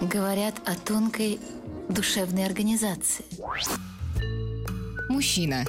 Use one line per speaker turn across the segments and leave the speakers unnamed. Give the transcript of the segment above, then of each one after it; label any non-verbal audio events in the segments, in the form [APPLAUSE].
говорят о тонкой душевной организации.
Мужчина.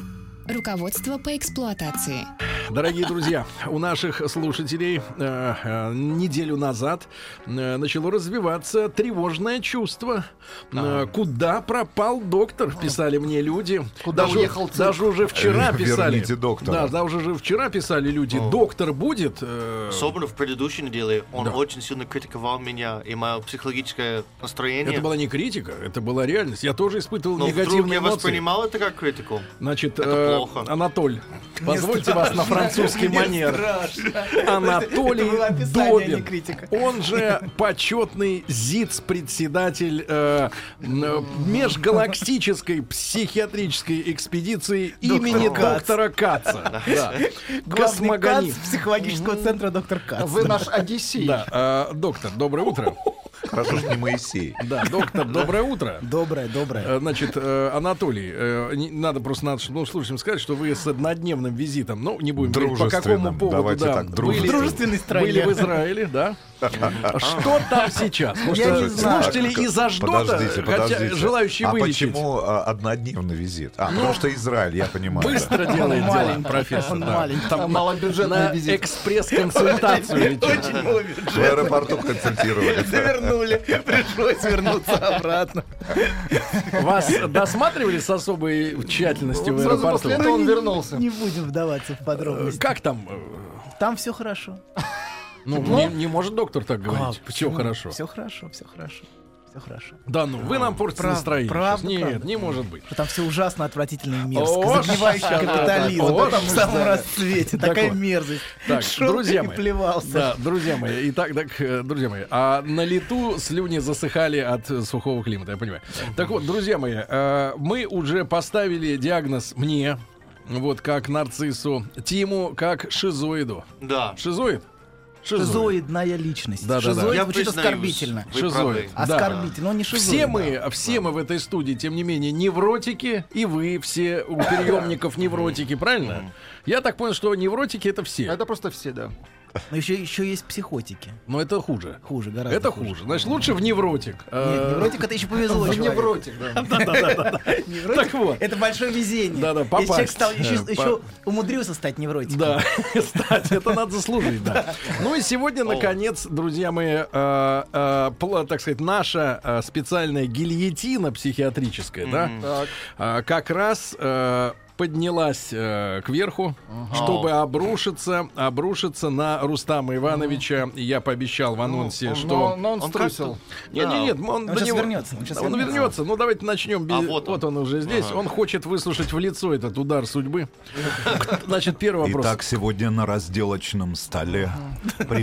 Руководство по эксплуатации.
Дорогие друзья, у наших слушателей э, э, неделю назад э, начало развиваться тревожное чувство.
А.
Э, Куда пропал доктор? Писали мне люди.
Куда
даже,
уехал цирк?
Даже уже вчера
Э,
писали.
верните доктора.
Да, да, уже же вчера писали люди. Доктор будет. э,
Соболев в предыдущей неделе, он
Да.
очень сильно критиковал меня и мое психологическое настроение.
Это была не критика, это была реальность. Я тоже испытывал
Но вдруг
негативные
я
эмоции.
воспринимал это как критику.
Значит,
Это
э,
плохо.
Анатоль, позвольте вас на французский манер. Анатолий
Это было описание, а не
Добин.
критика.
Он же почетный ЗИЦ-председатель э, м, межгалактической психиатрической экспедиции имени
Кац.
доктора Каца. Да.
Главный
Космогоним.
Кац психологического центра доктор Кац.
Вы наш Одиссей.
Да, э, доктор, доброе утро.
Хорошо, что не Моисей.
Да, доктор, доброе утро.
Доброе, доброе.
Э, Значит, э, Анатолий, э, не- надо просто нашим ну, слушателям сказать, что вы с однодневным визитом, ну, не будем говорить, по какому
Дружественным.
поводу,
Давайте
да,
так,
были,
дружественным.
Дружественной стране.
были в Израиле, да? Что там сейчас? Потому
Я
что
не знаю.
Слушатели из Аждота,
Подождите,
хотя
подождите.
желающие
а
вылечить.
почему а, однодневный визит? А, потому что Израиль, я понимаю. да.
Быстро делает дела, профессор.
он
да.
маленький.
Там
малобюджетный
на экспресс-консультацию летит.
В аэропорту консультировали.
Завернули. Пришлось вернуться обратно.
Вас досматривали с особой тщательностью в аэропорту?
он вернулся. Ну, Не будем вдаваться в подробности.
Как там? э,
Там все хорошо.
Ну, не, не может доктор так говорить. Все А, хорошо.
Все хорошо, все хорошо. Все хорошо.
Да ну, вы нам портите
А, Правда,
настроение.
правда,
Нет,
правда.
не может быть.
Что Там все ужасно, отвратительно и мерзко.
О,
Загнивающий
ша-
капитализм.
вот
Вот
это
в
мы
самом
ждали.
расцвете.
Так
Такая
вот.
мерзость.
Так,
Шел
друзья
и
мои.
плевался.
Да, друзья мои, итак, так, э, друзья мои, а на лету слюни засыхали от э, сухого климата, я понимаю. Так вот, друзья мои, э, мы уже поставили диагноз мне, вот как нарциссу, Тиму как шизоиду.
Да.
Шизоид?
Шизоидная личность.
Да-да-да.
Шизоид
Я
звучит
признаюсь,
оскорбительно.
Вы
Шизоид.
правы.
А Да.
Оскорбительно, он не шизоид.
Все мы, все мы в этой студии, тем не менее, невротики, и вы все
[LAUGHS]
у приемников невротики, правильно? Я так понял, что невротики это все,
просто все, да.
Но еще, еще есть психотики.
но это хуже.
Хуже, гораздо
Это хуже. Значит, лучше в невротик.
Нет,
Э,
невротик это еще повезло. человеку. Невротик
Так вот.
Это большое везение.
Да-да,
Если человек
попасть,
стал еще,
э,
еще умудрился стать невротиком.
Да, [LAUGHS] кстати, это надо заслужить, да. Ну и сегодня, наконец, друзья мои, э, э, пла- так сказать, наша э, специальная гильотина психиатрическая, да, э, как раз э, поднялась э, кверху, чтобы обрушиться, обрушиться на Рустама Ивановича. И Я пообещал в анонсе, что...
Он, струсил.
Нет, нет, нет, он, до
щас
него-
вернется, он щас
Он
вернется.
вернется. Ну давайте начнем.
А,
без-
вот
вот,
он.
он. уже здесь. Он хочет выслушать в лицо этот удар судьбы. Значит, первый вопрос.
Итак, сегодня на разделочном столе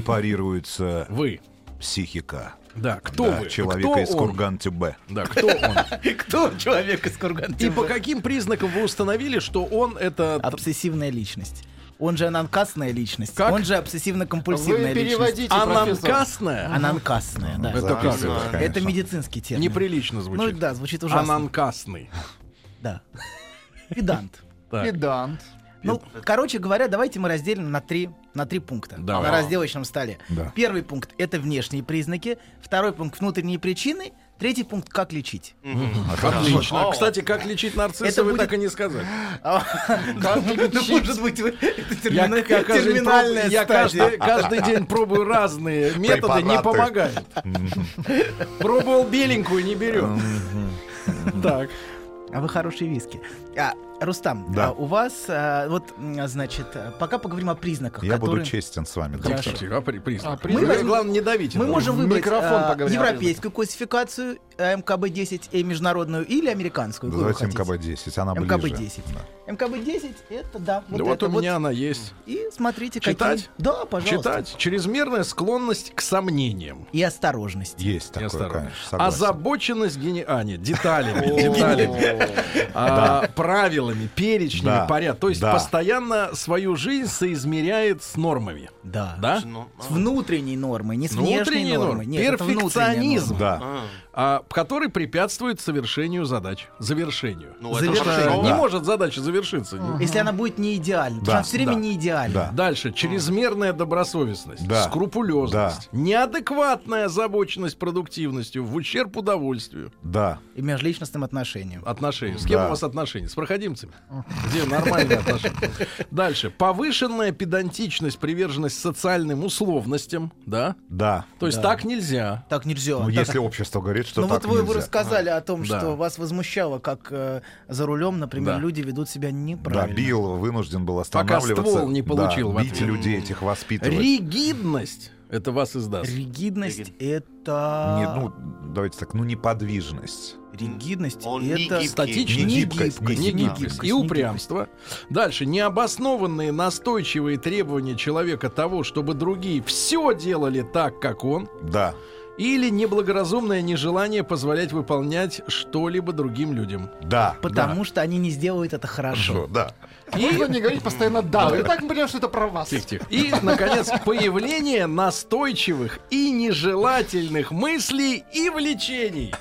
препарируется
Вы.
психика.
Да, кто
Да,
вы?
человека
кто
из
он?
Курган-Тюбе.
Да, кто он?
[LAUGHS] Кто человек из курган
И по каким признакам вы установили, что он это...
Обсессивная личность. Он же ананкасная личность.
Как?
Он же обсессивно-компульсивная личность.
Ананкасная?
Ананкасная, да.
Это как?
Записываю,
это?
Это
конечно.
медицинский термин.
Неприлично
Ну
звучит.
да, звучит ужасно.
Ананкасный.
Да. Педант.
Так.
Ну, короче говоря, давайте мы разделим на три, на три пункта
Давай.
на разделочном столе.
Да.
Первый пункт — это внешние признаки, второй пункт — внутренние причины, третий пункт — как лечить.
Отлично. Кстати, как лечить нарцисса,
Это
вы
будет-
так и не сказали. [LAUGHS]
Ну, А Может быть, вы- это
Я,
термина-
я каждый, день проб-
терминальная
я
стадия.
каждый, [LAUGHS] каждый день пробую разные методы, не
Препараты.
помогает. Пробовал беленькую, не берет. Так.
А вы хорошие виски. А, Рустам,
Да.
а, у вас, а, вот, м, значит, а, пока поговорим о признаках,
Я буду
которые-
честен с вами,
Хорошо.
доктор.
А, при- признак.
признак-
Вы, Главное, не давите.
Мы
на
можем выбрать
Микрофон
а,
поговорим о
европейскую классификацию э, МКБ-10 и международную или американскую? какую вы
Давайте
хотите?
МКБ-10, она ближе.
МКБ-10. МКБ-10 это да.
Да вот
это
у меня она есть.
И смотрите,
Читать?
какие... Да, пожалуйста.
Читать. Чрезмерная склонность к сомнениям.
И осторожность.
Есть такое,
Осторожно. А
конечно, согласен.
Озабоченность гени... А, нет, деталями, деталями, а, правилами, перечнями,
Да,
порядком. То есть
да.
постоянно свою жизнь соизмеряет с нормами.
Да.
Да?
Ну,
С внутренней нормой, не с внешней
Внутренней
нормой.
нормы.
Нет, это внутренняя
Перфекционизм,
норма.
Да.
а,
а, который препятствует совершению задач. Завершению. Э,
ну, это
Завершение.
хорошо.
Не
Да.
может задача завершиться.
Если она будет не идеальна,
Да,
потому что все время
да,
не идеально.
да.
Дальше. Чрезмерная добросовестность,
Да.
скрупулезность, неадекватная озабоченность продуктивностью в ущерб удовольствию.
Да.
И межличностным отношениям.
Отношения. С кем
Да.
у вас отношения? С проходимцами? Где нормальные отношения? Дальше. Повышенная педантичность, приверженность социальным условностям, да?
Да.
То есть так нельзя.
Так нельзя.
Ну,
Так-
если общество говорит, что
ну
так
вот вы, вы
нельзя.
рассказали о том,
Да.
что вас возмущало, как э, за рулем, например,
Да.
люди ведут себя
Да,
неправильно.
Билл вынужден был останавливаться.
ствол не
Да,
получил в
бить
ответ.
людей этих воспитывать.
Ригидность. Это вас издаст.
Ригидность
Ригид-
это...
Не, ну, давайте так, ну, неподвижность.
Ригидность
Он не
это...
гибкий.
Статичность.
Не гибкость,
гибкость,
не
не
гибкость.
гибкость,
и
не
упрямство. Дальше. Необоснованные настойчивые требования человека того, чтобы другие все делали так, как он.
Да.
Или неблагоразумное нежелание позволять выполнять что-либо другим людям.
Да.
Потому что они не сделают это хорошо.
Хорошо, да.
Можно не говорить постоянно «да». И так мы понимаем, что это про вас.
Тихо-тихо. И, наконец, появление настойчивых и нежелательных мыслей и влечений.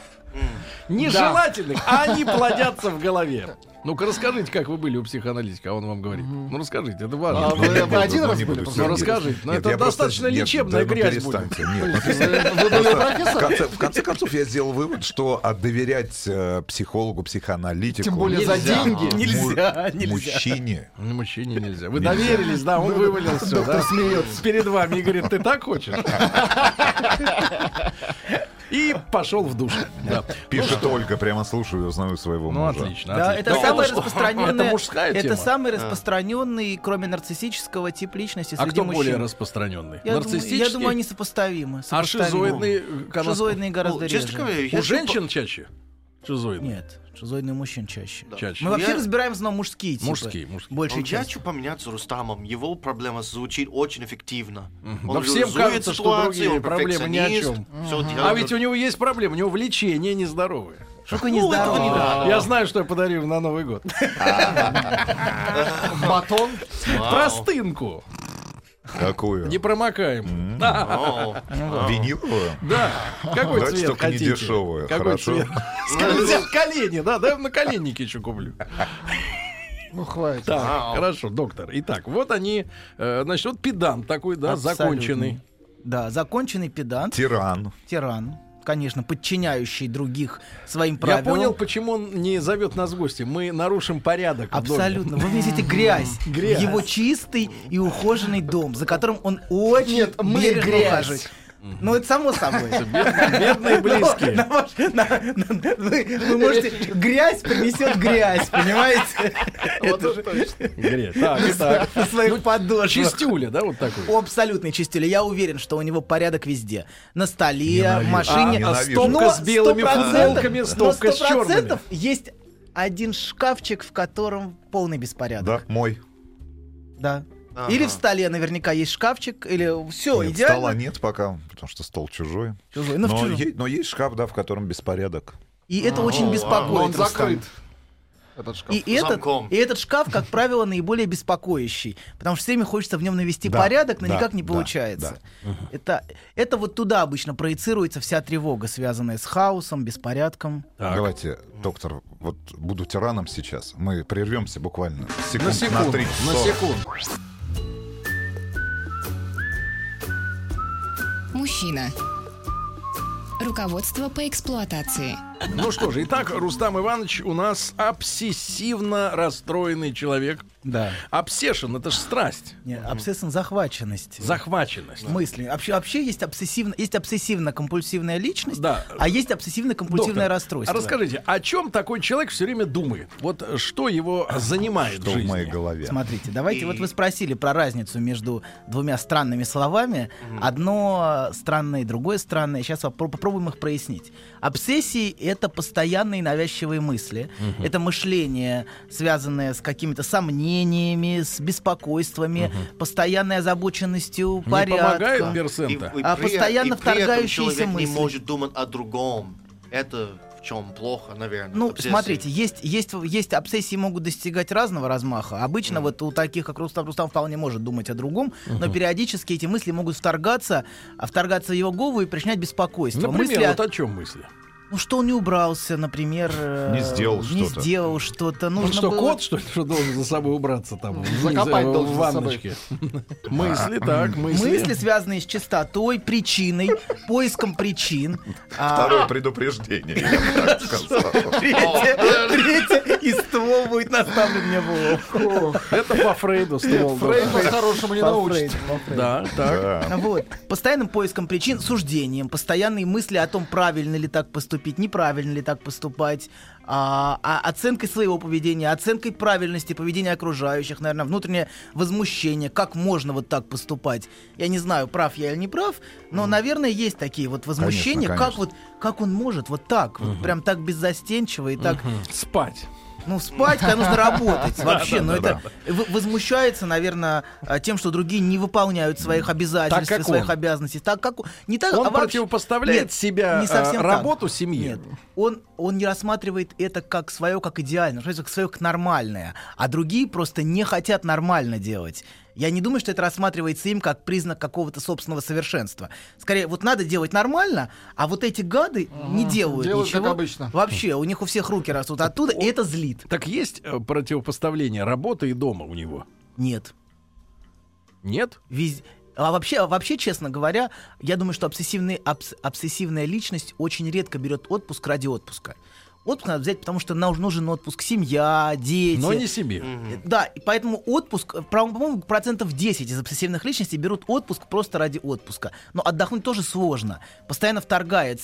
Нежелательных, а они плодятся в голове. Ну-ка расскажите, как вы были у психоаналитика, а он вам говорит. Ну расскажите, это важно.
А вы
Ну, не буду,
один
ну,
раз
не
были? Ну,
буду,
Ну,
Сергей.
расскажите, но
Нет,
это
я просто-
достаточно
нет,
лечебная
да ну
грязь будет.
перестаньте. Нет, ну,
Вы были
В
профессором?
конце, в конце концов, я сделал вывод, что а, доверять э, психологу, психоаналитику,
Тем более за
Нельзя.
деньги.
Нельзя,
му- мужчине,
Ну, мужчине нельзя. Вы
Нельзя.
доверились, да, он вывалил все. да? Перед вами и говорит, ты так хочешь? И пошел в душ. Да.
пишет Ольга, прямо слушаю и узнаю своего
Ну,
мужа.
отлично.
Да,
отлично.
это
Ну,
самый
что?
распространенный.
Это мужская
это
тема?
самый распространенный, кроме нарциссического, тип личности
А
среди
кто
мужчин.
более распространенный?
я, думаю, я думаю, они сопоставимы.
А
сопоставимы.
шизоидный? э,
Шизоидные гораздо
Ну,
реже.
честно говоря, я
У женщин чаще? Шизоидный?
Нет, шизоидные у мужчин чаще.
Чаще.
Мы вообще
Я-
разбираем снова мужские типы.
Мужские, мужские.
Большей
Я
частью.
хочу поменяться с Рустамом. Его проблема звучит очень эффективно.
Да всем
реализует
кажется, что
ситуацию,
другие
он
проблемы ни о чем.
перфекционист, всё
А
делает.
ведь у него есть проблемы, у него влечение нездоровое.
Что такое нездоровый?
этого не надо.
Я знаю, что я подарю им на Новый год.
Батон.
Вау.
Простынку.
Какую?
Непромокаемую.
[LAUGHS] О,
[LAUGHS]
Виниловую?
Да. Какой
Давайте
цвет
только не
хотите?
дешевую,
Какой
хорошо? [LAUGHS]
цвет? Скользят колени, да, да, я на коленники еще куплю.
Ну, хватит.
Так, хорошо, доктор. Итак, вот они, э, значит, вот педант такой, да,
Абсолютно.
законченный.
Да, законченный педант,
Тиран.
тиран, конечно, подчиняющий других своим
Я
правилам.
понял, почему он не зовет нас в гости. Мы нарушим порядок. в доме.
Абсолютно. Вы внесете грязь,
[LAUGHS] Грязь.
в его чистый и ухоженный дом, за которым он очень
Нет, мы
бережно
грязь.
ухаживает. Ну, это само собой. [LAUGHS]
Бедные близкие.
На ваш- на- на- Вы вы можете... Грязь принесет грязь, понимаете?
Грязь. Так, итак.
На своих подошвах.
Чистюля, да, вот такой.
У абсолютной чистюли. Я уверен, что у него порядок везде. На столе, в
Ненавижу.
машине.
А, а
Но
стопка
с белыми
100%,
футболками,
но
стопка с
100%
черными.
есть один шкафчик, в котором полный
Да,
беспорядок.
мой.
Да.
Ага.
Или в столе наверняка есть шкафчик, или все,
Нет,
идеально.
Стола нет пока, потому что стол чужой.
Чужой, ну, в
Но,
чужом.
е- но есть шкаф, да, в котором беспорядок.
И
А,
это
ну
очень
Но он
беспокоит. Рустам.
закрыт. Этот шкаф.
И этот,
Замком.
и этот шкаф, как правило, наиболее беспокоящий, потому что всеми хочется в нем навести
Да,
порядок, но
да,
никак не
да,
получается. Это, это вот туда обычно проецируется вся тревога, связанная с хаосом, беспорядком.
Так.
Давайте, доктор, вот буду тираном сейчас. Мы прервемся буквально
На
секунд на,
секунду.
три.
На секунду.
Мужчина. Руководство по эксплуатации.
Ну что же, итак, Рустам Иванович у нас обсессивно расстроенный человек.
Да.
Обсешен это же страсть,
Не, Обсессивная захваченность.
захваченность.
Мысли. Вообще, вообще есть, обсессивно, есть обсессивно-компульсивная личность,
Да.
а есть обсессивно-компульсивное
Доктор,
расстройство.
А расскажите, о чем такой человек все время думает? Вот э, что его занимает
Что
в
в моей
жизни?
голове?
Смотрите, давайте, вот вы спросили про разницу между двумя странными словами. Одно странное, другое странное. Сейчас попро- попробуем их прояснить. Обсессии — это постоянные навязчивые мысли. Это мышление, связанное с какими-то сомнениями, с беспокойствами, постоянной озабоченностью,
Не помогает
порядком.
И- и
персента?
при-
А постоянно
и при этом
вторгающиеся
человек не
мысли.
может думать о другом. Это в чем плохо, наверное.
Ну,
обсессия.
смотрите, есть, есть, есть обсессии могут достигать разного размаха. Обычно вот у таких, как Рустам, Рустам вполне может думать о другом, но периодически эти мысли могут вторгаться, а вторгаться в его голову и причинять беспокойство.
Ну, Например,
мысли, о-
вот о чем мысли?
ну, что он не убрался, например, э,
Не сделал
не
что-то.
сделал что-то.
Он
Нужно
что,
было-
кот, что ли, что должен за собой убраться там?
Ну, Закопать
в
должен за
ванночке. Мысли,
А,
так, мысли.
Мысли, связанные с чистотой, причиной, [LAUGHS] поиском причин. А,
Второе
[LAUGHS]
предупреждение, я бы так сказал.
Третье, третье, и ствол будет наставлен мне в лоб.
Это по Фрейду ствол.
Фрейд по-хорошему не
По
научит.
Фрейду, по Фрейду.
Да, так.
Да.
Вот. Постоянным поиском причин, суждением, постоянные мысли о том, правильно ли так поступить, неправильно ли так поступать, а, а- оценкой своего поведения, оценкой правильности поведения окружающих, наверное, внутреннее возмущение, как можно вот так поступать. Я не знаю, прав я или не прав, но, наверное, есть такие вот возмущения, как
конечно.
вот, как он может вот так, вот прям так беззастенчиво и так,
Спать.
ну, спать, когда нужно работать вообще. Но это в- возмущается, наверное, а, тем, что другие не выполняют своих обязательств,
Так как
своих
он.
обязанностей. Так как не так,
Он
а вообще-
противопоставляет
Нет,
себя
не совсем
э,
так.
работу семье.
Нет, он, он не рассматривает это как свое, как идеально, как свое, как нормальное. А другие просто не хотят нормально делать. Я не думаю, что это рассматривается им как признак какого-то собственного совершенства. Скорее, вот надо делать нормально, а вот эти гады не делают
Делают, как
ничего.
обычно.
Вообще, у них у всех руки растут оттуда, и это злит.
Так есть э, противопоставление работы и дома у него?
Нет.
Нет?
Вез- А вообще, а вообще, честно говоря, я думаю, что обсессивный, обс- обсессивная личность очень редко берет отпуск ради отпуска. Отпуск надо взять, потому что нам нужен отпуск семья, дети.
Но не себе.
Э, Да, и поэтому отпуск, э, про- по-моему, процентов 10 из обсессивных личностей берут отпуск просто ради отпуска. Но отдохнуть тоже сложно. Постоянно вторгается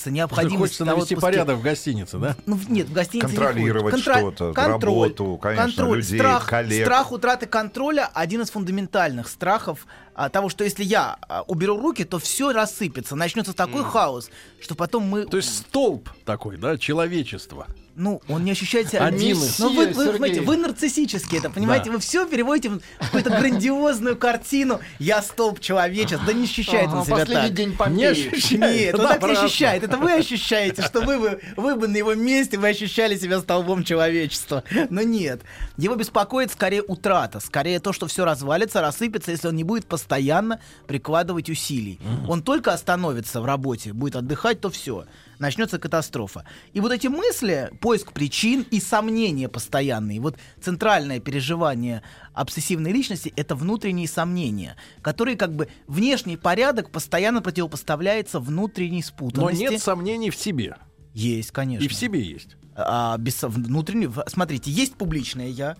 Потому что
необходимость
Хочется
на
навести
отпуске.
порядок в гостинице, да?
Ну, в- нет, в гостинице не
Контролировать
ходят. Контро-
что-то,
контроль,
работу, конечно,
контроль,
людей,
страх,
коллег.
страх утраты контроля один из фундаментальных страхов а, того, что если я а, уберу руки, то все рассыпется, начнется такой хаос, что потом мы,
То есть столб такой, да, человечества.
ну, он не ощущает себя.
Один
Ну,
из.
ну, вы, вы,
Сергей.
понимаете, вы нарциссически это, понимаете,
Да.
вы все переводите в какую-то грандиозную картину. Я столб человечества, да не ощущает
Ага,
он себя
Последний
так.
день
Не
Помпеи.
ощущает.
Нет, он так не
Напрасно.
ощущает. Это вы ощущаете, что вы бы, вы бы на его месте вы ощущали себя столбом человечества. Но нет. Его беспокоит скорее утрата, скорее то, что все развалится, рассыпется, если он не будет постоянно прикладывать усилий. Он только остановится в работе, будет отдыхать, то все. Начнется катастрофа. И вот эти мысли, поиск причин и сомнения постоянные, вот центральное переживание обсессивной личности — это внутренние сомнения, которые как бы внешний порядок постоянно противопоставляется внутренней
Но
спутанности.
нет сомнений в себе.
Есть, конечно.
И в себе есть.
А, без со- внутренне- в- смотрите, есть публичное я.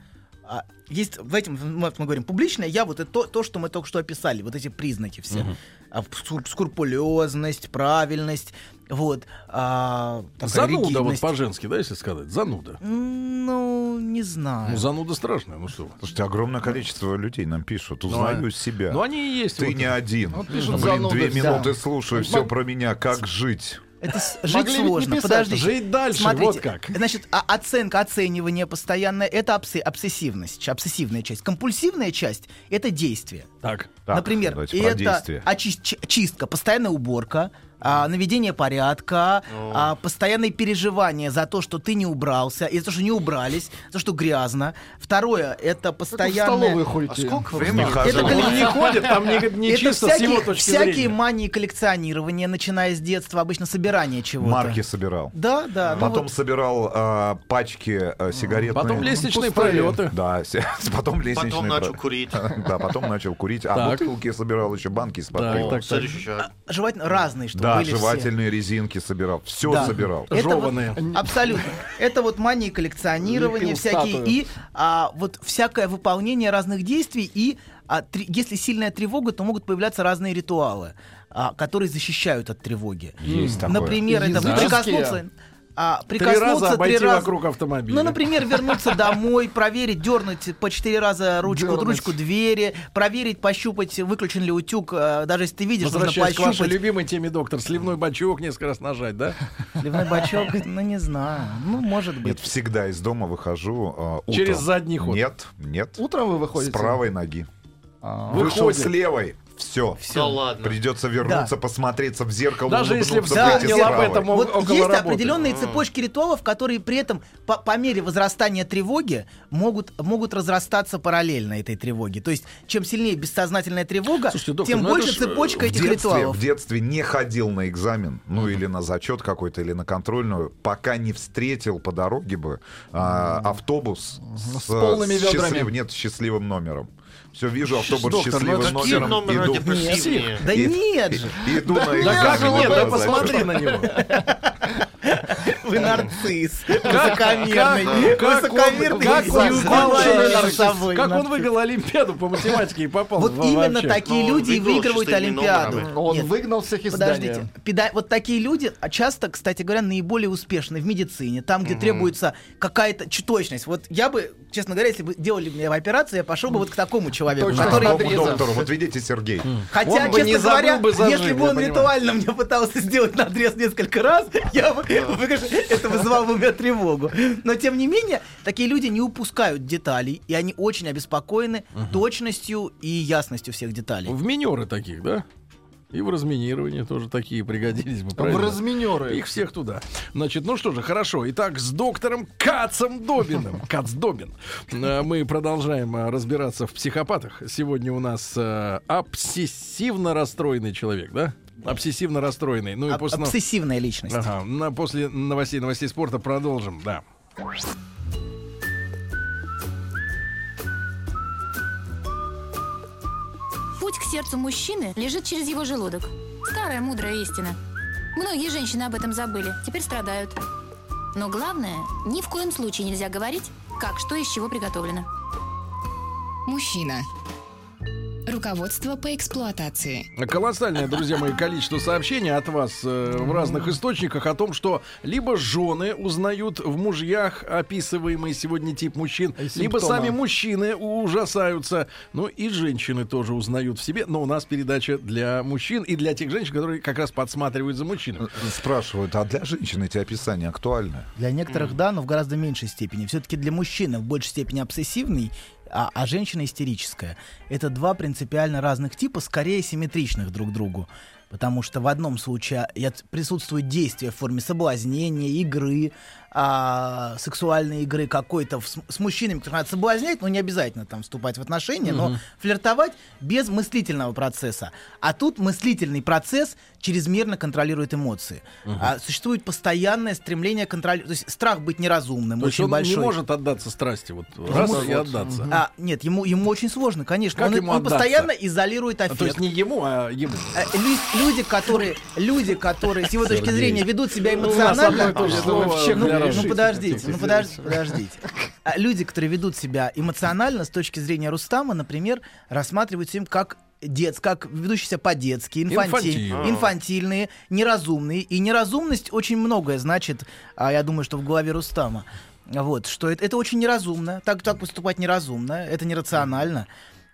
а, есть в этом мы, мы говорим публичное я вот это то, то, что мы только что описали, вот эти признаки все, А, скруп- скрупулезность, правильность, вот. а, такая
Зануда вот
ригидность.
по-женски, да, если сказать? Зануда.
Ну не знаю.
Ну, зануда страшная, ну что вы.
Слушайте, огромное количество людей нам пишут.
Ну, а-
Узнаю себя.
Ну, они и есть.
Ты
вот
не один.
Вот пишут
Блин,
зануды,
две
да.
минуты слушаю, все про меня, как жить.
Это с- жить
Могли ведь не
сложно.
писать,
Подожди.
жить дальше,
Смотрите,
вот как.
Значит, а- оценка, оценивание постоянное это обсе- обсессивность, обсессивная часть. Компульсивная часть это действие.
Так.
Так,
Например,
давайте про
это
действие.
очи- чи- чистка, постоянная уборка, а, наведение порядка, а, постоянное переживание за то, что ты не убрался, и за то, что не убрались, за то, что грязно. Второе, это
Как вы в
Ну,
постоянное...
столовую ходите.
сколько
Вы
времени?
знаете,
Это
Он
коллек-
не ходит,
[LAUGHS]
там не, не
это
чисто с его
всякие,
точки
всякие
зрения.
мании коллекционирования, начиная с детства, обычно собирание чего-то.
Марки собирал.
Да, да. ну
Потом
вот.
собирал а, пачки а, сигаретные.
Потом лестничные
Пустые.
пролеты.
Да, с- [LAUGHS] потом лестничные.
Потом начал
про-
курить.
[LAUGHS] Да, потом начал курить. А
Так.
бутылки собирал еще, банки из-под
Так,
пива.
О, Следующий шаг.
А,
Желательно разные, чтобы были все.
жевательные резинки собирал. Все
Да.
собирал.
Это вот-
Жеванные.
абсолютно. Это вот мания коллекционирования
Лепил
всякие
статую.
и а, вот всякое выполнение разных действий и а, тре- если сильная тревога, то могут появляться разные ритуалы, а, которые защищают от тревоги.
Есть такое.
Например, это
Языческие.
прикоснуться, а,
Три
прикоснуться
раза обойти
раз-
вокруг автомобиля.
Ну, например, вернуться домой, проверить, дернуть по четыре раза ручку,
Дёрнуть.
ручку двери, проверить, пощупать, выключен ли утюг, э, даже если ты видишь, нужно
Возвращаясь к вашей
пощупать.
любимой теме, доктор, сливной бачок несколько раз нажать, да?
Ливной бачок, ну не знаю, ну может
Нет,
быть.
всегда из дома выхожу а, утром.
Через задний ход.
Нет, нет.
Утром вы
С
выходите?
правой ноги.
А.
Вышел
Выходит.
с левой. Все.
Да ладно.
Придется вернуться, посмотреться в зеркало.
Даже если
улыбнуться,
Да,
выйти
вспомнил
где-
с
об
правой.
этом о-
Вот
около
есть
работы.
определенные цепочки ритуалов, которые при этом по, по мере возрастания тревоги могут, могут разрастаться параллельно этой тревоге. То есть, чем сильнее бессознательная тревога,
Слушайте, доктор,
тем
ну это
больше
ж, э,
цепочка
в
этих
детстве,
ритуалов.
в детстве не ходил на экзамен, ну или на зачет какой-то, или на контрольную, пока не встретил по дороге бы а, автобус с,
полными
с счастлив-
ведрами.
нет, с счастливым номером. Все, вижу автобус с
Доктор, ну
счастливым
это
Какие
номером.
номера
иду. [LAUGHS]
депрессивнее?
Да
И-
нет же,
и- [LAUGHS] Иду на экзамен.
Да как
на
нет, да
зачет.
посмотри на него.
вы нарцисс,
Как-
высокомерный,
как он-
высокомерный,
как
и
он-
заглавленный
как он-
над собой
Как он
нарцисс.
выиграл Олимпиаду по математике и попал
Вот
во-
именно
вообще?
такие
Ну, он
люди и
выиграл
выигрывают
чисто именом,
Олимпиаду.
правда.
Он
Нет,
выиграл всех из
Подождите, педа- вот такие люди а, часто, кстати говоря, наиболее успешны в медицине, там, где требуется какая-то ч- точность. Вот я бы, честно говоря, если бы делали мне операцию, я пошел бы вот к такому человеку,
Точно.
который... Хм.
Надо-
Такому доктору, вот видите, Сергей.
Хотя,
Он бы не
честно
забыл
говоря,
бы зажим,
если бы
я
он
понимаю.
ритуально мне пытался сделать надрез несколько раз, я бы, вы, конечно, это вызывало бы у меня тревогу. Но, тем не менее, такие люди не упускают деталей, и они очень обеспокоены точностью и ясностью всех деталей.
В минеры таких, да? И в разминировании тоже такие пригодились бы,
В
правильно?
разминеры.
Их всех туда. Значит, ну что же, хорошо. Итак, с доктором
[LAUGHS]
Кацом Добиным. Кац Добин. Э, Мы продолжаем э, разбираться в психопатах. Сегодня у нас э, обсессивно расстроенный человек, да? Обсессивно расстроенный. Ну и
Об-
после... нов-
Обсессивная личность.
Ага, на- после новостей, новостей спорта продолжим, да.
Путь к сердцу мужчины лежит через его желудок. Старая мудрая истина. Многие женщины об этом забыли, теперь страдают. Но главное, ни в коем случае нельзя говорить, как что из чего приготовлено.
Мужчина. Руководство по эксплуатации.
Колоссальное, друзья мои, количество сообщений от вас э, в разных источниках о том, что либо жены узнают в мужьях описываемый сегодня тип мужчин,
И симптомы.
либо сами мужчины ужасаются. Ну и женщины тоже узнают в себе. Но у нас передача для мужчин и для тех женщин, которые как раз подсматривают за мужчинами.
Спрашивают, а для женщин эти описания актуальны?
Для некоторых, да, но в гораздо меньшей степени. Все-таки для мужчины в большей степени обсессивный, а, а женщина истерическая. Это два принципиально разных типа, скорее симметричных друг другу. Потому что в одном случае я- присутствует действие в форме соблазнения, игры, а, сексуальной игры какой-то в с, с мужчинами, которых надо соблазнять, но не обязательно там вступать в отношения, но флиртовать без мыслительного процесса. А тут мыслительный процесс чрезмерно контролирует эмоции. А существует постоянное стремление контролировать, то есть страх быть неразумным,
То есть
очень
он
большой.
не может отдаться страсти. Вот раз и отдаться.
А, нет, ему, ему очень сложно, конечно.
Как
он
ему
он
отдаться?
постоянно изолирует
А, то
аффект.
есть не ему, а ему.
Э, лю- Люди, которые, люди, которые, с его точки зрения, ведут себя эмоционально.
одно и то же
Ну,
слово
ну,
для
ну,
разных.
ну, подождите, ну подождите, подождите. А Люди, которые ведут себя эмоционально с точки зрения Рустама, например, рассматриваются им как дец, как ведущиеся по-детски, инфанти-
Инфантильные.
инфантильные, неразумные. И неразумность очень многое значит, а я думаю, что в голове Рустама. Вот, что это, это очень неразумно. Так, так поступать неразумно, это нерационально.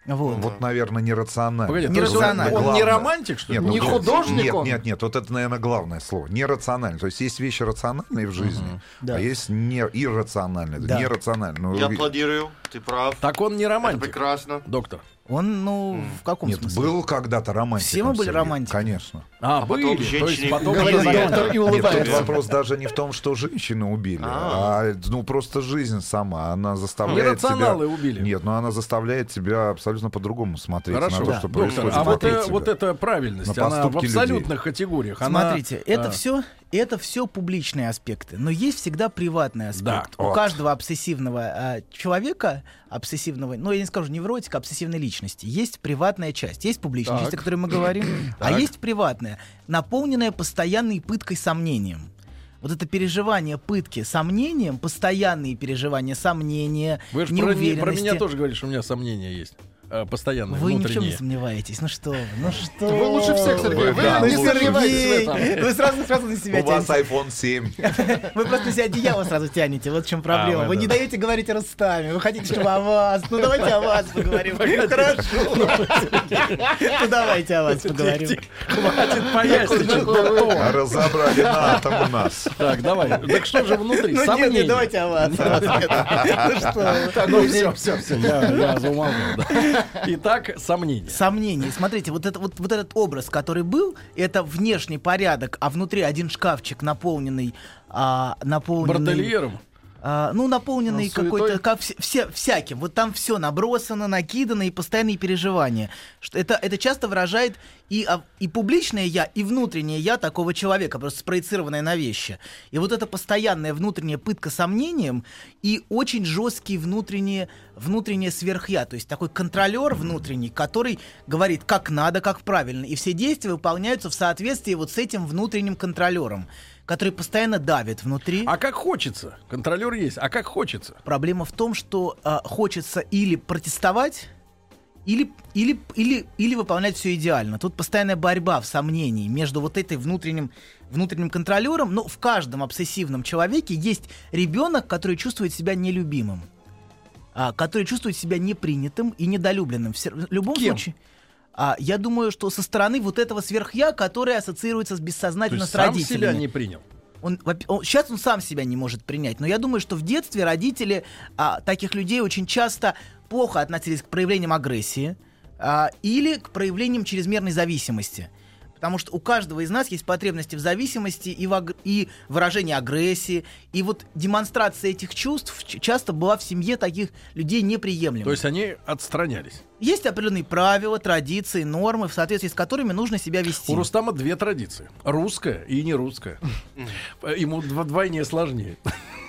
Вот.
Вот, наверное, нерационально.
Погоди, а
Это,
то есть он-
наверное,
Нерационально.
он, не
главное.
романтик, что ли?
ну,
Не
нет,
художник
Нет,
он?
нет, нет. Вот это, наверное, главное слово. Нерационально. То есть есть вещи рациональные в жизни,
Да.
а есть не иррациональные.
Да.
Нерациональные. Ну,
Я
и-
аплодирую, ты прав.
Так он не
Это
романтик,
прекрасно.
доктор.
Он, ну, в каком
Нет,
смысле?
был когда-то романтиком.
Все мы были
Сергей,
романтиками.
Конечно. А
А,
потом
были. то есть
женщины
потом
убили.
Говорит
женщины.
Понятно.
доктор и
Нет, тут
улыбается.
вопрос даже не в том, что женщину убили, а, ну просто жизнь сама, она заставляет тебя...
Иррационалы убили.
Нет, но она заставляет тебя абсолютно по-другому смотреть
Хорошо,
на то,
Да.
что
доктор,
происходит
а вот,
вокруг
э,
тебя.
вот эта правильность,
На
она в
поступки людей.
абсолютных категориях. она,
Смотрите, это
э,
все это все публичные аспекты, но есть всегда приватный аспект.
Да,
У
вот.
каждого обсессивного а, человека, обсессивного, ну я не скажу невротика, обсессивной личности, есть приватная часть, есть публичная часть, о которой мы говорим,
[CLEARS THROAT]
а есть приватная, наполненная постоянной пыткой сомнением. Вот это переживание пытки сомнением, постоянные переживания сомнения,
Вы же про,
неуверенности.
про меня тоже говорите, что у меня сомнения есть. э, Постоянные,
Вы ни в чем не
внутренние.
сомневаетесь. Ну что вы, ну что
Вы лучше всех, Сергей. Вы
да,
не
лучше
сомневайтесь в этом.
Сергей, Вы сразу, сразу на себя
У вас
тянете.
iPhone 7.
Вы просто на себя одеяло сразу тянете. Вот в чем
А,
проблема.
вы
Вы
это-
не даете говорить о Рустаме. Вы хотите, чтобы о вас. Ну давайте о вас поговорим. Хорошо. Ну давайте о вас поговорим.
Хватит поясничать.
Разобрали на атом у нас.
Так, давай. Так что же внутри?
Ну нет,
Сомнения.
нет, давайте о вас. о вас. Ну что вы.
Ну все, все, все. Я, я заумолвал, да. Итак, сомнения.
Сомнений. Смотрите, вот, это, вот, вот этот образ, который был, это внешний порядок, а внутри один шкафчик, наполненный... а, наполненный
Бордельером.
а, ну, наполненный
Ну, суетой.
какой-то, как вс- все, всяким. Вот там все набросано, накидано и постоянные переживания. Что это, это часто выражает и, а, и публичное я, и внутреннее я такого человека, просто спроецированное на вещи. И вот эта постоянная внутренняя пытка сомнением и очень жесткие внутренние, внутреннее сверхя, то есть такой контролер внутренний, который говорит, как надо, как правильно. И все действия выполняются в соответствии вот с этим внутренним контролером, который постоянно давит внутри.
А как хочется? Контролер есть. А как хочется?
Проблема в том, что а, хочется или протестовать, или, или, или, или выполнять все идеально. Тут постоянная борьба в сомнении между вот этой внутренним, внутренним контролером. Но в каждом обсессивном человеке есть ребенок, который чувствует себя нелюбимым, а, который чувствует себя непринятым и недолюбленным. В сер- в любом
Кем?
случае. а, я думаю, что со стороны вот этого сверхя, которое ассоциируется с
То
бессознательно
есть
с
сам
родителями.
себя не принял.
Он, сейчас он сам себя не может принять, но я думаю, что в детстве родители а, таких людей очень часто плохо относились к проявлениям агрессии а, или к проявлениям чрезмерной зависимости. Потому что у каждого из нас есть потребности в зависимости и, в агр- и выражение агрессии. И вот демонстрация этих чувств ч- часто была в семье таких людей неприемлема.
То есть они отстранялись.
Есть определенные правила, традиции, нормы, в соответствии с которыми нужно себя вести.
У Рустама две традиции. Русская и [LAUGHS] нерусская. Ему дво- двойне сложнее.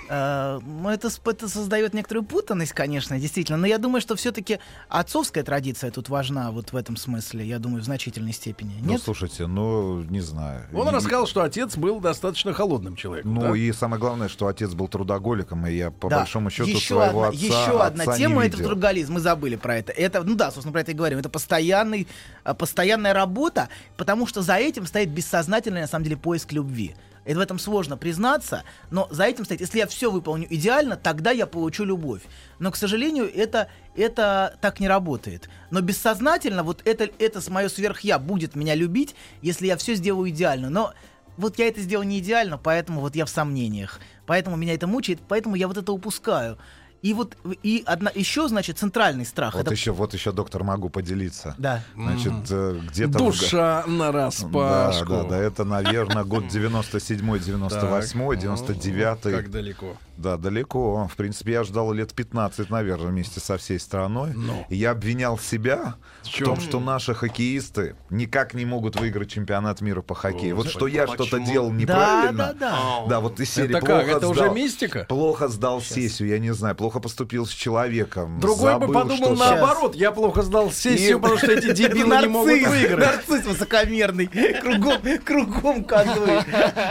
Э, ну, это, сп- это создает некоторую путанность, конечно, действительно. Но я думаю, что все-таки отцовская традиция тут важна, вот в этом смысле, я думаю, в значительной степени.
Ну,
Нет?
слушайте, ну, не знаю.
Он
И-
рассказал, что отец был достаточно холодным человеком.
Ну
да?
и самое главное, что отец был трудоголиком, и я по
Да.
большому счету
еще
своего
одна,
отца
еще одна
отца не
тема это
видел.
трудоголизм. Мы забыли про это. Это, ну да, собственно, про это и говорим. Это постоянный, а, постоянная работа, потому что за этим стоит бессознательный, на самом деле, поиск любви. Это в этом сложно признаться, но за этим стоит. Если я все выполню идеально, тогда я получу любовь. Но, к сожалению, это, это так не работает. Но бессознательно вот это, это с мое сверхя будет меня любить, если я все сделаю идеально. Но вот я это сделал не идеально, поэтому вот я в сомнениях. Поэтому меня это мучает, поэтому я вот это упускаю. И вот в- и одна еще, значит, центральный страх.
Вот
это...
еще, вот еще доктор могу поделиться.
Да.
Значит, э, где-то в га-
Душа на распашку.
Да, да, да, это, наверное, год 97-й,
ну,
98-й,
Как
99-й.
далеко.
Да, далеко. В принципе, я ждал лет 15, наверное, вместе со всей страной.
Ну.
И я обвинял себя в
чем?
том, что наши хоккеисты никак не могут выиграть чемпионат мира по хоккею. вот что
Господи,
я что-то
почему?
делал
Да,
неправильно.
да, да.
Ау.
Да, вот из серии
Это
плохо
как? Это уже
сдал.
мистика?
Плохо сдал сессию, я не знаю, плохо поступил с человеком.
Другой бы
забыл,
подумал
что-
на-
наоборот. Я плохо сдал сессию, потому что [LAUGHS] эти дебилы не могут выиграть.
нарцисс высокомерный, кругом, кругом козлы.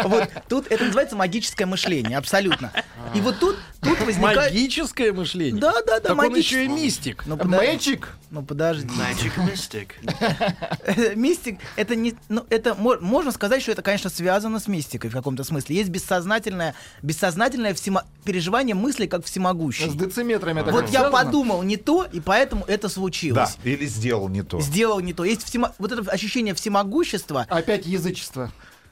Вот тут это называется магическое мышление, абсолютно. И вот тут, тут возникает...
Магическое мышление.
Да, да, да,
Так он еще
магическое.
и мистик.
Ну, подожди.
Мальчик?
Ну подожди.
Magic
[LAUGHS]
Mystic.
[LAUGHS] Мистик, это не, ну, это мо- можно сказать, что это, конечно, связано с мистикой в каком-то смысле. Есть бессознательное, бессознательное всемо- переживание мысли как всемогущий.
С дециметрами это
Вот
как
я
связано?
подумал не то, и поэтому это
Да,
случилось.
или сделал не то.
Сделал не то. Есть всемо- вот это ощущение всемогущества,
Опять язычество.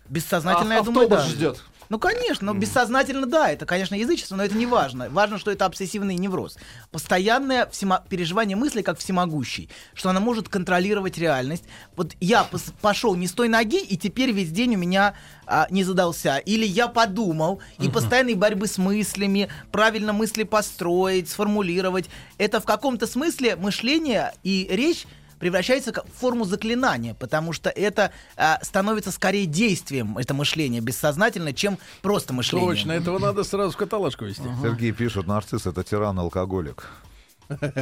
бессознательно,
А-
я думаю,
автобус
да.
ждет.
Ну, конечно, но бессознательно, да, это, конечно, язычество, но это не важно. Важно, что это обсессивный невроз. Постоянное всемо- переживание мысли как всемогущий, что она может контролировать реальность. Вот я пос- пошел не с той ноги, и теперь весь день у меня а, не задался. Или я подумал, и постоянной борьбы с мыслями, правильно мысли построить, сформулировать. Это в каком-то смысле мышление и речь превращается как- в форму заклинания, потому что это а, становится скорее действием, это мышление бессознательное, чем просто мышление.
Точно, этого надо сразу в каталажку вести.
Сергей пишет, нарцисс это тиран-алкоголик.
Так,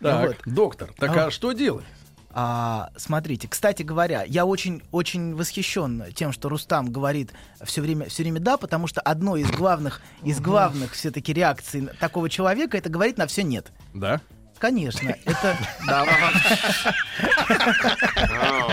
вот.
доктор, так а что делать?
А, смотрите, кстати говоря, я очень, очень восхищен тем, что Рустам говорит все время, все время да, потому что одно из главных, из главных все-таки реакций на- такого человека это говорить на все нет.
Да?
Конечно, это
А,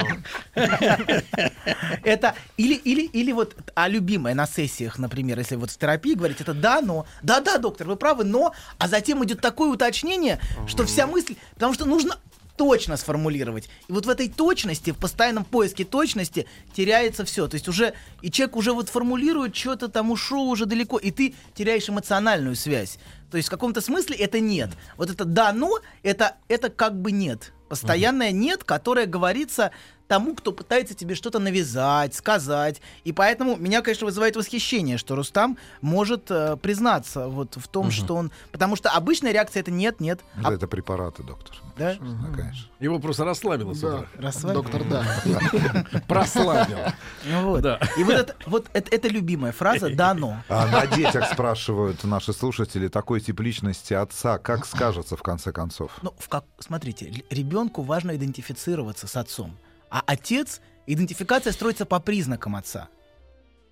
это или или или вот а любимое на сессиях, например, если вот в терапии говорить, это да, но да, да, доктор, вы правы, но, а затем идет такое уточнение, что вся мысль, потому что нужно точно сформулировать. И вот в этой точности, в постоянном поиске точности теряется все. То есть уже и человек уже вот формулирует что-то там ушло уже далеко, и ты теряешь эмоциональную связь. То есть в каком-то смысле это нет. Вот это да, но это это как бы нет. Постоянное нет, которое говорится тому, кто пытается тебе что-то навязать, сказать. И поэтому меня, конечно, вызывает восхищение, что Рустам может э, признаться вот в том, что он... Потому что обычная реакция это нет, нет.
Да,
А-
это препараты, доктор.
Да?
Конечно, конечно.
Его просто расслабило с
Да,
утра.
Расслабь.
доктор, да.
Прослабило.
Ну вот.
Да.
И вот это, вот это, это любимая фраза «да, но».
А на детях спрашивают наши слушатели такой тип личности отца, как скажется в конце концов?
Ну, в как... смотрите, л- ребенку важно идентифицироваться с отцом. А отец, идентификация строится по признакам отца.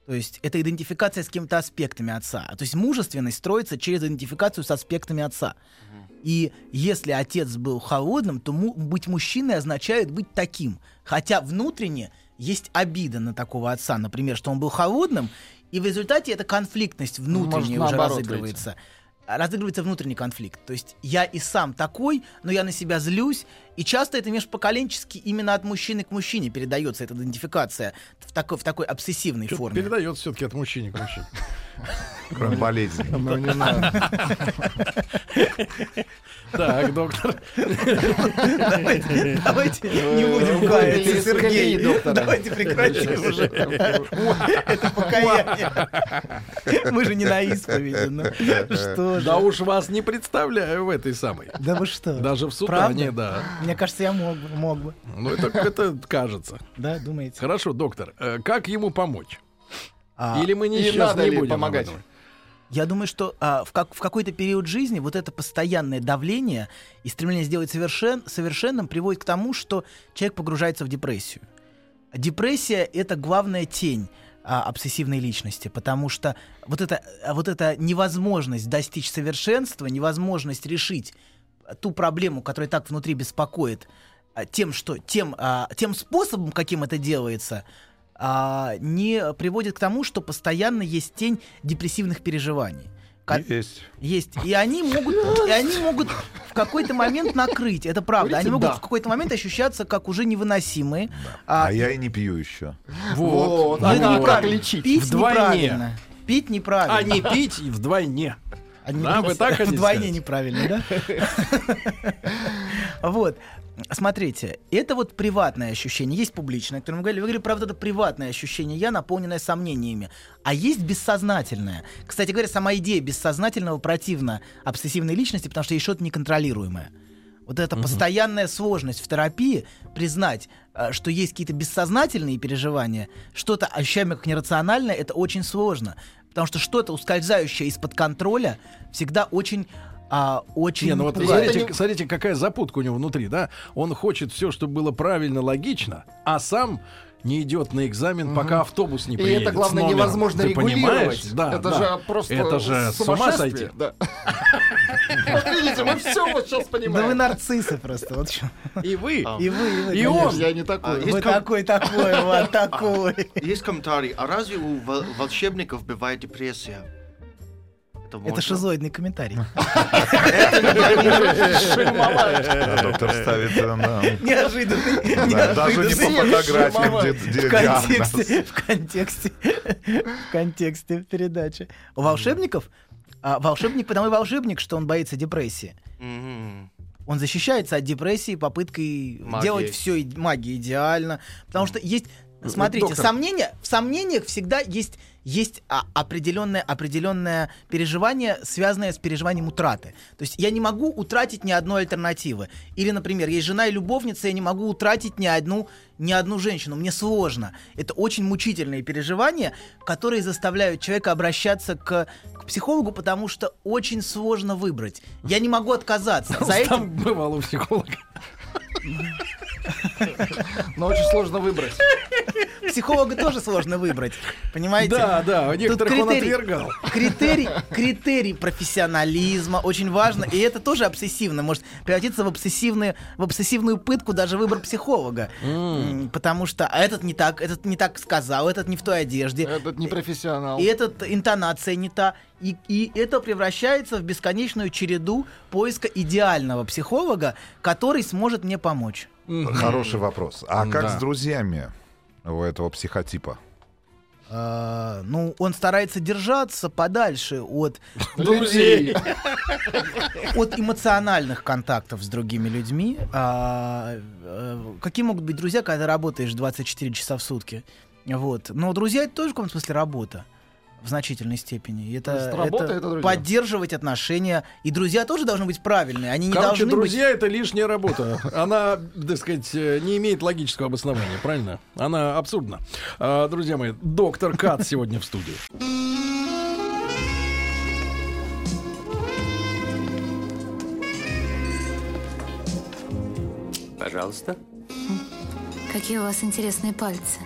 То есть это идентификация с какими-то аспектами отца. То есть мужественность строится через идентификацию с аспектами отца. И если отец был холодным, то му- быть мужчиной означает быть таким. Хотя внутренне есть обида на такого отца, например, что он был холодным, и в результате эта конфликтность внутренняя уже
наоборот
разыгрывается. А, Разыгрывается внутренний конфликт. То есть я и сам такой, но я на себя злюсь. И часто это межпоколенчески именно от мужчины к мужчине передается эта идентификация в такой, в такой обсессивной форме.
Передается все-таки от мужчины к мужчине.
Кроме болезни.
Ну, не надо.
[LAUGHS] Так, доктор.
Давайте, давайте не будем
Или
гаять,
Сергей,
Сергей. Ну,
доктора.
Давайте прекратим уже. Это покаяние. Мы же не на исповеди. ну, Что
Да
же.
уж вас не представляю в этой самой.
Да вы что?
Даже в
Правда?
сутане, да.
Мне кажется, я мог бы, мог бы.
Ну, это, это кажется.
Да, думаете?
Хорошо, доктор, э, как ему помочь?
А,
Или мы не,
и
сейчас
надо
не
ли
будем об
помогать?
этом?
Я думаю, что а, в, как, в какой-то период жизни вот это постоянное давление и стремление сделать совершен, совершенным приводит к тому, что человек погружается в депрессию. Депрессия — это главная тень а, обсессивной личности, потому что вот эта, а, вот эта невозможность достичь совершенства, невозможность решить ту проблему, которая так внутри беспокоит, а, тем, что, тем, а, тем способом, каким это делается, а, не приводит к тому, что постоянно есть тень депрессивных переживаний. Ко-
Есть.
есть. И они могут, и они могут в какой-то момент накрыть. Это правда. Они
Говорите,
могут
да.
в какой-то момент ощущаться как уже невыносимые. А,
А я и не пью еще.
Вот.
ну,
А
это
как
неправильно.
лечить?
Пить
Вдвойне.
неправильно. Пить неправильно.
А не пить и вдвойне.
Они
Да, вы так хотите
[LAUGHS] вдвойне
сказать?
неправильно, да? Вот. Смотрите, это вот приватное ощущение, есть публичное, о котором мы говорили. Вы говорили, правда, это приватное ощущение я, наполненное сомнениями. А есть бессознательное. Кстати говоря, сама идея бессознательного противна обсессивной личности, потому что есть что-то неконтролируемое. Вот эта постоянная сложность в терапии признать, э, что есть какие-то бессознательные переживания, что-то а ощущаемое как нерациональное, это очень сложно. Потому что что-то ускользающее из-под контроля всегда очень, а, очень
Не, ну вот
пугает.
смотрите, смотрите, какая запутка у него внутри, да? Он хочет все, чтобы было правильно, логично, а сам не идет на экзамен, пока автобус не
И
приедет.
это,
с
главное,
номером.
невозможно
Ты понимаешь?
регулировать.
Да,
это
да.
же просто
Это же с ума сойти.
сумасшествие, Да. Вот Видите, мы все вот сейчас
Да вы
понимаем.
нарциссы просто. вот чё.
И вы,
И вы, и вы.
и
конечно.
он.
Я не такой.
А, есть
Вы
ком-
такой, такой, [LAUGHS] вот такой.
Есть комментарий, а разве у вол- волшебников бывает депрессия? Это, можно?
Это шизоидный комментарий.
А доктор ставит... э, на-
Неожиданный.
Да, Даже не по
неожиданный.
фотографиям. ди- ди-
В
диагноз.
контексте, в контексте, в контексте передачи. У волшебников, а, волшебник, потому и волшебник, что он боится депрессии.
Мгм.
Он защищается от депрессии попыткой
Магией.
делать все магии идеально, потому что есть Смотрите,
доктор.
сомнения, в сомнениях всегда есть, есть а, определенное, определенное переживание, связанное с переживанием утраты. То есть я не могу утратить ни одной альтернативы. Или, например, есть жена и любовница, я не могу утратить ни одну, ни одну женщину. Мне сложно. Это очень мучительные переживания, которые заставляют человека обращаться к, к психологу, потому что очень сложно выбрать. Я не могу отказаться. За этим-
Там бывало у психолога.
Но очень сложно выбрать.
Психолога тоже сложно выбрать. Понимаете?
Да, да, у
Тут
некоторых он
критерий-
отвергал.
Критерий, критерий профессионализма очень важно, и это тоже обсессивно, может превратиться в, обсессивную, в обсессивную пытку даже выбор психолога. М, Потому что а этот не так, этот не так сказал, этот не в той одежде,
Этот не
Э,
профессионал.
и этот интонация не та. И, и это превращается в бесконечную череду поиска идеального психолога, который сможет мне помочь.
Хороший вопрос. А как
Да.
с друзьями у этого психотипа?
А, ну, он старается держаться подальше от
Друзей.
от эмоциональных контактов с другими людьми. А, э, какие могут быть друзья, когда ты работаешь 24 часа в сутки? Вот. Но друзья это тоже в каком-то смысле работа в значительной степени. И Это,
То есть работа это друзья.
поддерживать отношения. И друзья тоже должны быть правильные. Они не
Короче,
должны
друзья, это лишняя работа. Она, так сказать, э, не имеет логического обоснования, правильно? Она абсурдна. А, Друзья мои, доктор Кат сегодня в студии.
Пожалуйста.
Какие у вас интересные пальцы.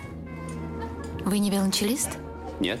Вы не велончелист?
Нет.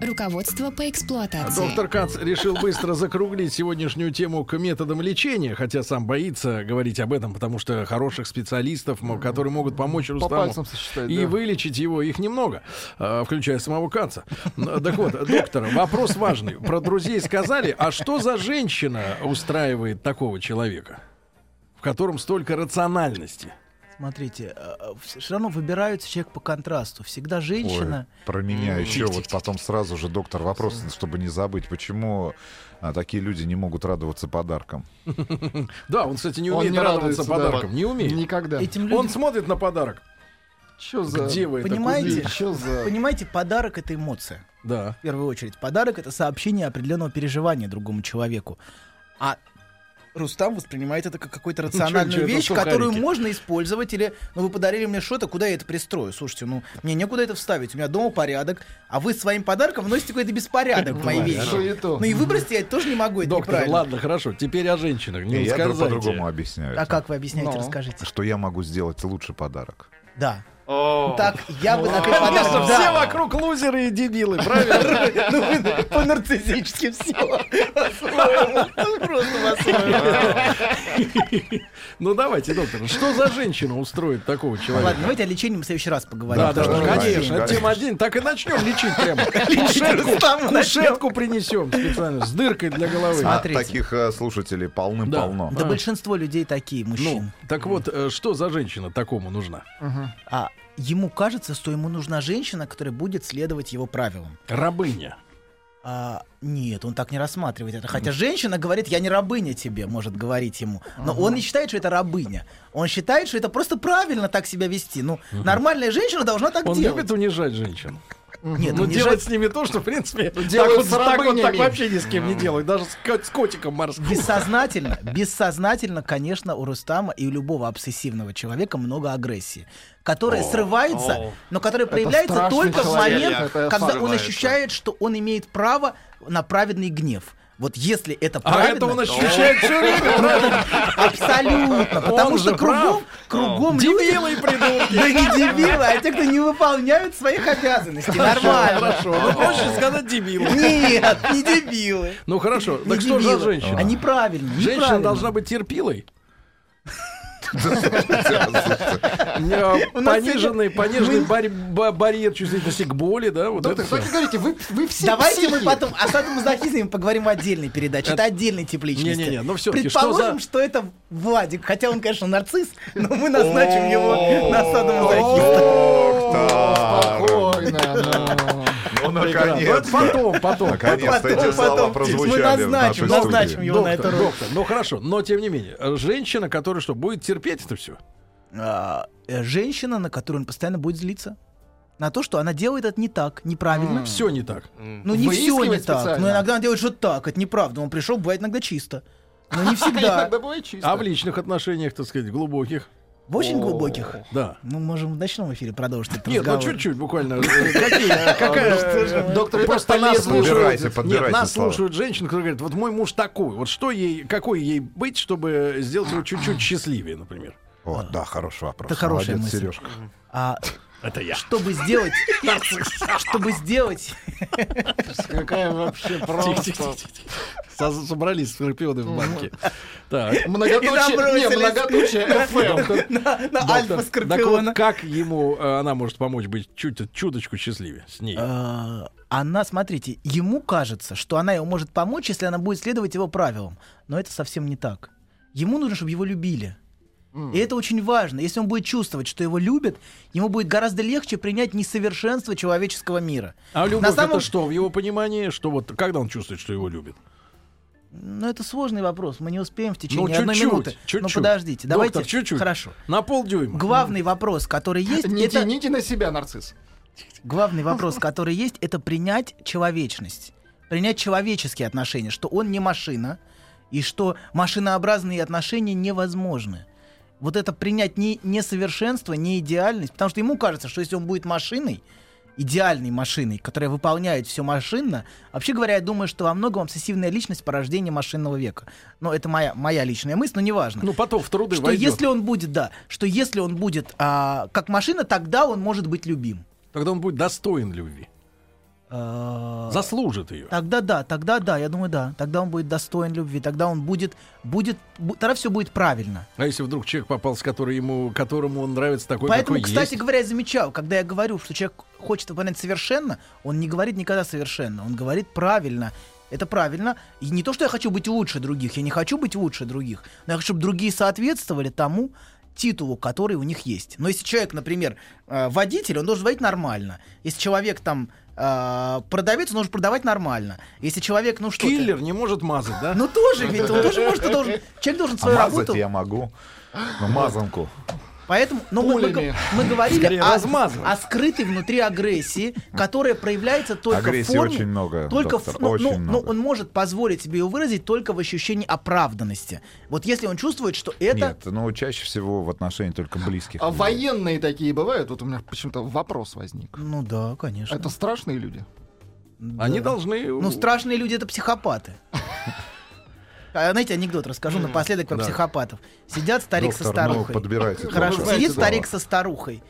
Руководство по эксплуатации.
Доктор Кац решил быстро закруглить сегодняшнюю тему к методам лечения, хотя сам боится говорить об этом, потому что хороших специалистов, м, которые могут помочь
По
Рустаму
пальцам сосчитать.
и
да.
вылечить его, их немного, э, включая самого Каца. Н- Так вот, доктор, вопрос важный. Про друзей сказали, а что за женщина устраивает такого человека, в котором столько рациональности?
быть... Смотрите, э, все равно выбирается человек по контрасту. Всегда женщина...
Ой, про меня еще вот потом сразу же, доктор, вопрос, чтобы не забыть, почему а, такие люди не могут радоваться подаркам?
Да, он, кстати, не
Он
умеет
не
радоваться
радуется, да.
подаркам, не умеет.
Никогда.
Этим людям...
Он смотрит на подарок.
Чё за...
Где вы это
Понимаете?
купили?
Блин, чё за...
Понимаете, подарок — это эмоция.
Да.
в первую очередь. Подарок это сообщение определенного переживания другому человеку. А Рустам воспринимает это как какую-то рациональную
ничего, это
вещь,
сухарики.
которую можно использовать, или ну вы подарили мне что-то, куда я это пристрою? Слушайте, ну мне некуда это вставить, у меня дома порядок, а вы своим подарком вносите какой-то беспорядок в мои вещи.
Суету.
Ну и выбросить я это тоже не могу, это
Доктор,
неправильно.
ладно, хорошо, теперь о женщинах. Не
я друг-
сказайте.
по-другому объясняю.
А
это.
как вы объясняете,
Ну.
Но.
расскажите.
Что я могу сделать лучше подарок?
Да.
О,
Так, я бы такой
Конечно,
подарок...
все
Да.
вокруг лузеры и дебилы, правильно?
[LAUGHS] Ну вы по-нарциссически все. Просто
[LAUGHS]
вас
[LAUGHS] Ну давайте, доктор, что за женщина устроит такого человека?
Ладно, давайте о лечении мы в следующий раз поговорим.
Да, да,
Давай,
да, конечно,
конечно.
[LAUGHS]
тема один, так и начнем лечить прямо. Кушетку,
Рустама начнем.
кушетку принесем специально, с дыркой для головы.
А
Смотрите.
таких э, слушателей полным-полно. [LAUGHS]
Да большинство людей такие,
Ну,
мужчин.
так вот, э, что за женщина такому нужна?
А ему кажется, что ему нужна женщина, которая будет следовать его правилам.
Рабыня.
А, нет, он так не рассматривает это. Хотя женщина говорит, я не рабыня тебе, может говорить ему. Но он не считает, что это рабыня. Он считает, что это просто правильно так себя вести. Ну, нормальная женщина должна так
Он
делать.
любит унижать женщин.
Нет,
Ну,
унижать-
делать с ними то, что, в принципе, так
делают
вот
с
так вот так
рабынями.
вообще ни с кем не делают. Даже с ко- с котиком морским.
Бессознательно, бессознательно, конечно, у Рустама и у любого обсессивного человека много агрессии, которая срывается,
о.
но которая
Это
проявляется
страшный
только в
человек,
момент,
это
когда он
срывается.
ощущает, что он имеет право на праведный гнев. Вот если это
А
правильно,
это он ощущает все время, правильно?
абсолютно, потому
Он
что
же
кругом, кругом люди,
Дебилы и придурки.
[LAUGHS] да не дебилы, а те, кто не выполняют своих обязанностей, нормально.
Хорошо, ну проще сказать дебилы.
Нет, не дебилы.
Ну хорошо,
Не А,
так что же
дебилы,
женщина?
Они правильные.
Женщина
неправильные.
должна быть терпилой.
[LAUGHS] У нас
Пониженный, пониженный э, барь- ба- барьер чувствительности к боли, да, вот это
Доктор, так и
всё.
говорите, вы, вы все
Давайте мы
психи.
потом о садомазохизме поговорим в отдельной передаче. Это,
Это-
отдельный тип личности.
Не-не-не, ну всё-таки, что
Предположим,
за-
что, это Владик. Хотя он, конечно, нарцисс, но мы назначим его на садомазохиста.
Доктор!
Спокойно. ну.
Ой, да.
Наконец-то.
Потом, потом.
а
Наконец-то эти слова прозвучали
Мы
в
назначим,
нашей
назначим
студии.
его на эту
Доктор,
роль.
доктор, ну хорошо, но тем не менее, э, женщина, которая что, будет терпеть это все?
А, э, Женщина, на которую он постоянно будет злиться. На то, что она делает это не так, неправильно.
Все не так.
Ну, не все не
Выискивать
так.
специально.
Но иногда она делает что так, это неправда. Он пришел, бывает иногда чисто. Но
[LAUGHS]
не всегда.
Иногда бывает чисто.
А в личных отношениях, так сказать, глубоких.
В очень глубоких.
Да.
Ну, можем в ночном эфире продолжить этот
Нет, ну
разговор.
чуть-чуть буквально. Э, Какие? Какая? э,
Доктор,
Просто нас слушают.
Подбирайте, подбирайте
Нет, нас
слова.
слушают женщины, которые говорят, вот мой муж такой, вот что ей, какой ей быть, чтобы сделать его чуть-чуть счастливее, например.
Вот, да, хороший вопрос.
Это хорошая
Молодец,
мысль.
Сережка.
А
Это я.
чтобы сделать...
[LAUGHS]
Чтобы сделать...
Какая вообще просто...
Со- Собрались скорпионы в банке. Так.
Многоточие, не,
набросились.
многоточие FM.
На
Доктор, так вот,
альфа-скорпиона.
как ему э, она может помочь быть чуть, чуточку счастливее с ней?
Э, Она, смотрите, ему кажется, что она ему может помочь, если она будет следовать его правилам. Но это совсем не так. Ему нужно, чтобы его любили. И это очень важно. Если он будет чувствовать, что его любят, ему будет гораздо легче принять несовершенство человеческого мира.
А любовь
на самом-
это что в его понимании, что вот когда он чувствует, что его любит?
Но Ну, это сложный вопрос. Мы не успеем в
Ну,
течение одной
чуть-чуть,
минуты.
чуть-чуть.
Ну подождите,
Доктор,
давайте.
чуть-чуть.
Хорошо.
На полдюйма.
Главный вопрос, который есть,
Не
это
тяните на себя, нарцисс.
Главный вопрос, который есть, это принять человечность. Принять человеческие отношения, что он не машина, и что машинообразные отношения невозможны. Вот это принять не несовершенство, не идеальность, потому что ему кажется, что если он будет машиной, идеальной машиной, которая выполняет все машинно, вообще говоря, я думаю, что во многом обсессивная личность порождение машинного века. Но это моя, моя личная мысль, но неважно.
Ну потом в труды
что
войдет.
если он будет, да, что если он будет а, как машина, тогда он может быть любим.
Тогда он будет достоин любви,
Э,
заслужит ее.
Тогда да, тогда да, я думаю, да. Тогда он будет достоин любви, тогда он будет, будет, бу- тогда все будет правильно.
А если вдруг человек попался, который ему, которому он нравится такой,
Поэтому,
какой
кстати
есть?
говоря, я замечал, когда я говорю, что человек хочет выполнять совершенно, он не говорит никогда совершенно, он говорит правильно. Это правильно. И не то, что я хочу быть лучше других, я не хочу быть лучше других, но я хочу, чтобы другие соответствовали тому титулу, который у них есть. Но если человек, например, э, водитель, он должен водить нормально. Если человек там э, продавец, он должен продавать нормально. Если человек, ну что ты-
Киллер не может мазать, да? [LAUGHS]
Ну тоже, ведь он тоже может, должен, человек должен
А
свою
мазать
работу.
я могу. Ну, мазанку.
Поэтому, но мы, мы г-
Пулями.
мы говорили
Скорее
о,
размазывать.
о скрытой внутри агрессии, которая проявляется только
Агрессии
в форме.
очень много,
только в-
доктор,
ну,
очень
ну, ну,
много.
он может позволить себе ее выразить только в ощущении оправданности. Вот если он чувствует, что это
Нет, ну, чаще всего в отношении только близких.
А
людей.
военные такие бывают? Вот у меня почему-то вопрос возник.
Ну да, конечно.
Это страшные люди?
Да.
Они должны.
Ну, страшные люди это психопаты. А, Знаете, анекдот расскажу напоследок про
Да.
психопатов. Сидят старик со
Доктор, ну,
старухой.
подбирайте.
Хорошо,
тоже
сидит
слова.
старик со старухой.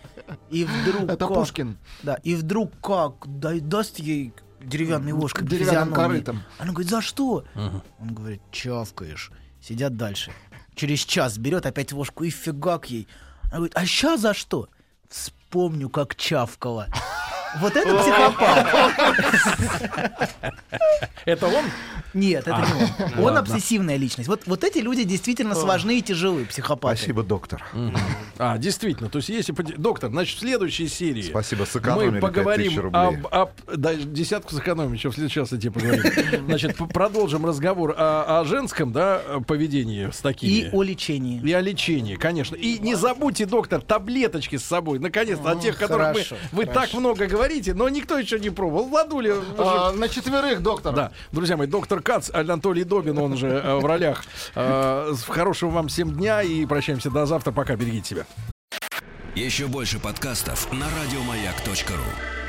И вдруг.
Это
как-
Пушкин.
Да, и вдруг как да, даст ей деревянной ложкой по
Деревянным
физиономии.
корытом.
Она говорит, за что? Он говорит, чавкаешь. Сидят дальше. Через час берет опять ложку и фигак ей. Она говорит, а ща за что? Вспомню, как чавкала. Вот это психопат.
Это он?
Нет, это не он. Он обсессивная личность. Вот, вот эти люди действительно сложны и тяжелые психопаты.
Спасибо, доктор.
А, действительно. То есть, если... поди- Доктор, значит, в следующей серии...
Спасибо, сэкономили
Мы
5000
поговорим
рублей.
об, об- да, десятку сэкономим, еще в следующий раз я тебе поговорим. Значит, п- продолжим разговор о, о женском, да, поведении с
И
такими.
о лечении.
И о лечении, конечно. И не забудьте, доктор, таблеточки с собой. Наконец-то, о тех, которых мы-
хорошо,
вы так много говорите, но никто еще не пробовал. Владуля... уже-
А, на четверых, доктор.
Да, друзья мои, доктор Кац, Анатолий Добин, он же э, в ролях. Э, с- Хорошего вам всем дня и прощаемся до завтра. Пока, берегите себя.
Еще больше подкастов на радиомаяк.ру.